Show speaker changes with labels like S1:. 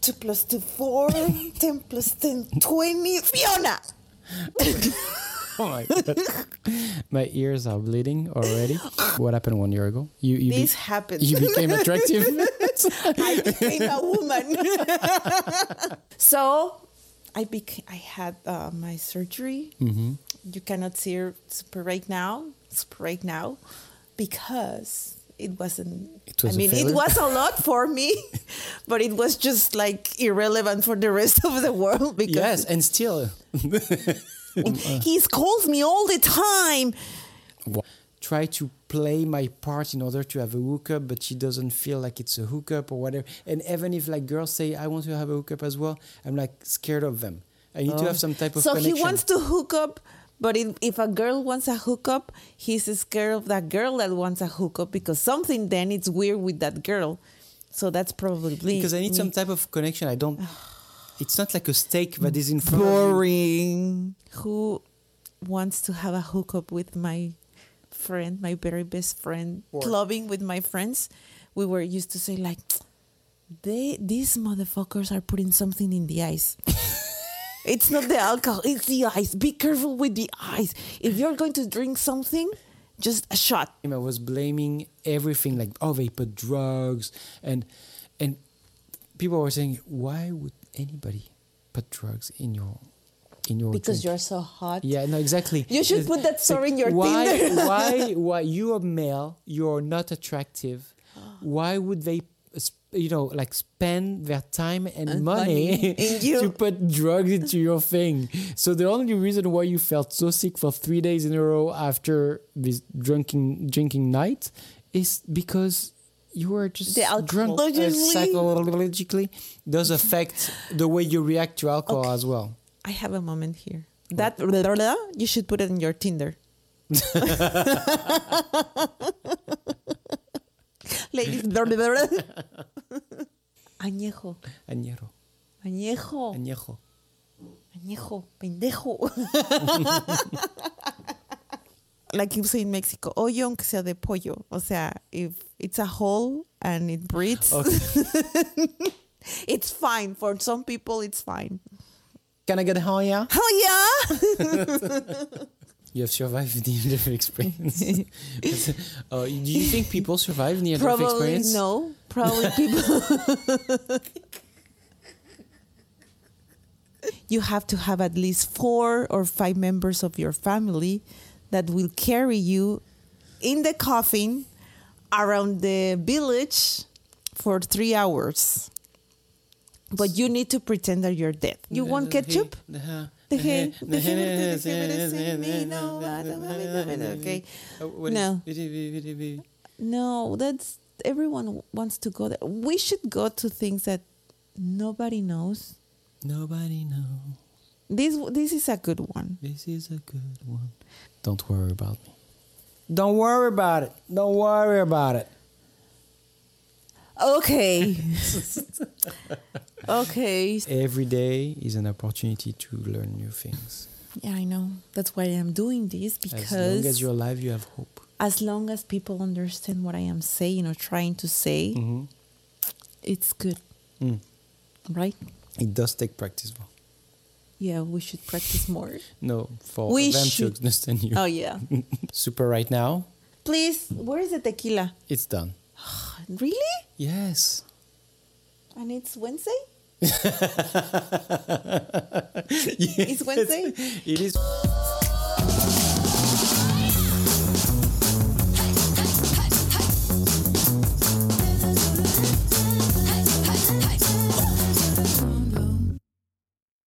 S1: 2 plus 2, 4, 10 plus 10, 20. Fiona!
S2: Oh my god. my ears are bleeding already. What happened one year ago? You you, be-
S1: This happens.
S2: you became attractive.
S1: I became a woman. so I became, I had uh, my surgery.
S2: Mm-hmm.
S1: You cannot see her super right now, super right now, because it wasn't.
S2: It was
S1: I
S2: a
S1: mean, it
S2: failure.
S1: was a lot for me, but it was just like irrelevant for the rest of the world because
S2: yes, and still
S1: he calls me all the time.
S2: wa- try to play my part in order to have a hookup, but she doesn't feel like it's a hookup or whatever. And even if like girls say I want to have a hookup as well, I'm like scared of them. I need to have some type of
S1: Oh. so
S2: connection.
S1: he wants to hook up but if, if a girl wants a hookup he's scared of that girl that wants a hookup because something then it's weird with that girl so that's probably
S2: because I need
S1: me.
S2: some type of connection. I don't. It's not like a steak that is in front. of you.
S1: boring who wants to have a hookup with my friend my very best friend clubbing with my friends we were used to say like they these motherfuckers are putting something in the ice It's not the alcohol, it's the ice. Be careful with the ice. If you're going to drink something, just a shot.
S2: I was blaming everything, like oh they put drugs, and and people were saying why would anybody put drugs in your in your
S1: Because
S2: drink?"
S1: you're so hot.
S2: yeah no exactly
S1: You should
S2: It's-
S1: put that
S2: it's
S1: story in your
S2: why
S1: Tinder.
S2: why why you are male you're not attractive why would they s- you know like spend their time and, money,
S1: money in you.
S2: to put drugs into your thing so the only reason why you felt so sick for three days in a row after this drinking drinking night is because you were just
S1: The
S2: drunk
S1: alcohol.
S2: Uh, psychologically does affect the way you react to alcohol as well
S1: I have a moment here. That blah, blah, blah, you should put it in your Tinder. Ladies, blah, blah, blah. añejo,
S2: añero
S1: añejo,
S2: añejo
S1: añejo, pendejo. like you say in Mexico, hoyo aunque sea de pollo. O sea, if it's a hole and it breathes,
S2: Okay.
S1: it's fine. For some people, it's fine.
S2: Can I get higher?
S1: Oh, yeah.
S2: You have survived the near-death experience. uh, do you think people survive near-death
S1: Probably
S2: experience?
S1: no. Probably people. you have to have at least four or five members of your family that will carry you in the coffin around the village for three hours. But you need to pretend that you're dead. You want ketchup? Okay. No. No, that's everyone wants to go there. We should go to things that nobody knows.
S2: Nobody knows.
S1: This this is a good one.
S2: This is a good one. Don't worry about me. Don't worry about it. Don't worry about it.
S1: Okay. okay.
S2: Every day is an opportunity to learn new things.
S1: Yeah, I know. That's why I'm doing this because
S2: As long as you're alive, you have hope.
S1: as long as people understand what I am saying or trying to say,
S2: Mm-hmm.
S1: it's good.
S2: Mm.
S1: Right?
S2: It does take practice, though.
S1: Yeah, we should practice more.
S2: No, for
S1: We
S2: them
S1: should-
S2: to understand you.
S1: oh yeah.
S2: Super right now,
S1: Please, where is the tequila?
S2: it's done.
S1: Really?
S2: Yes.
S1: And it's Wednesday? It's Wednesday?
S2: It is.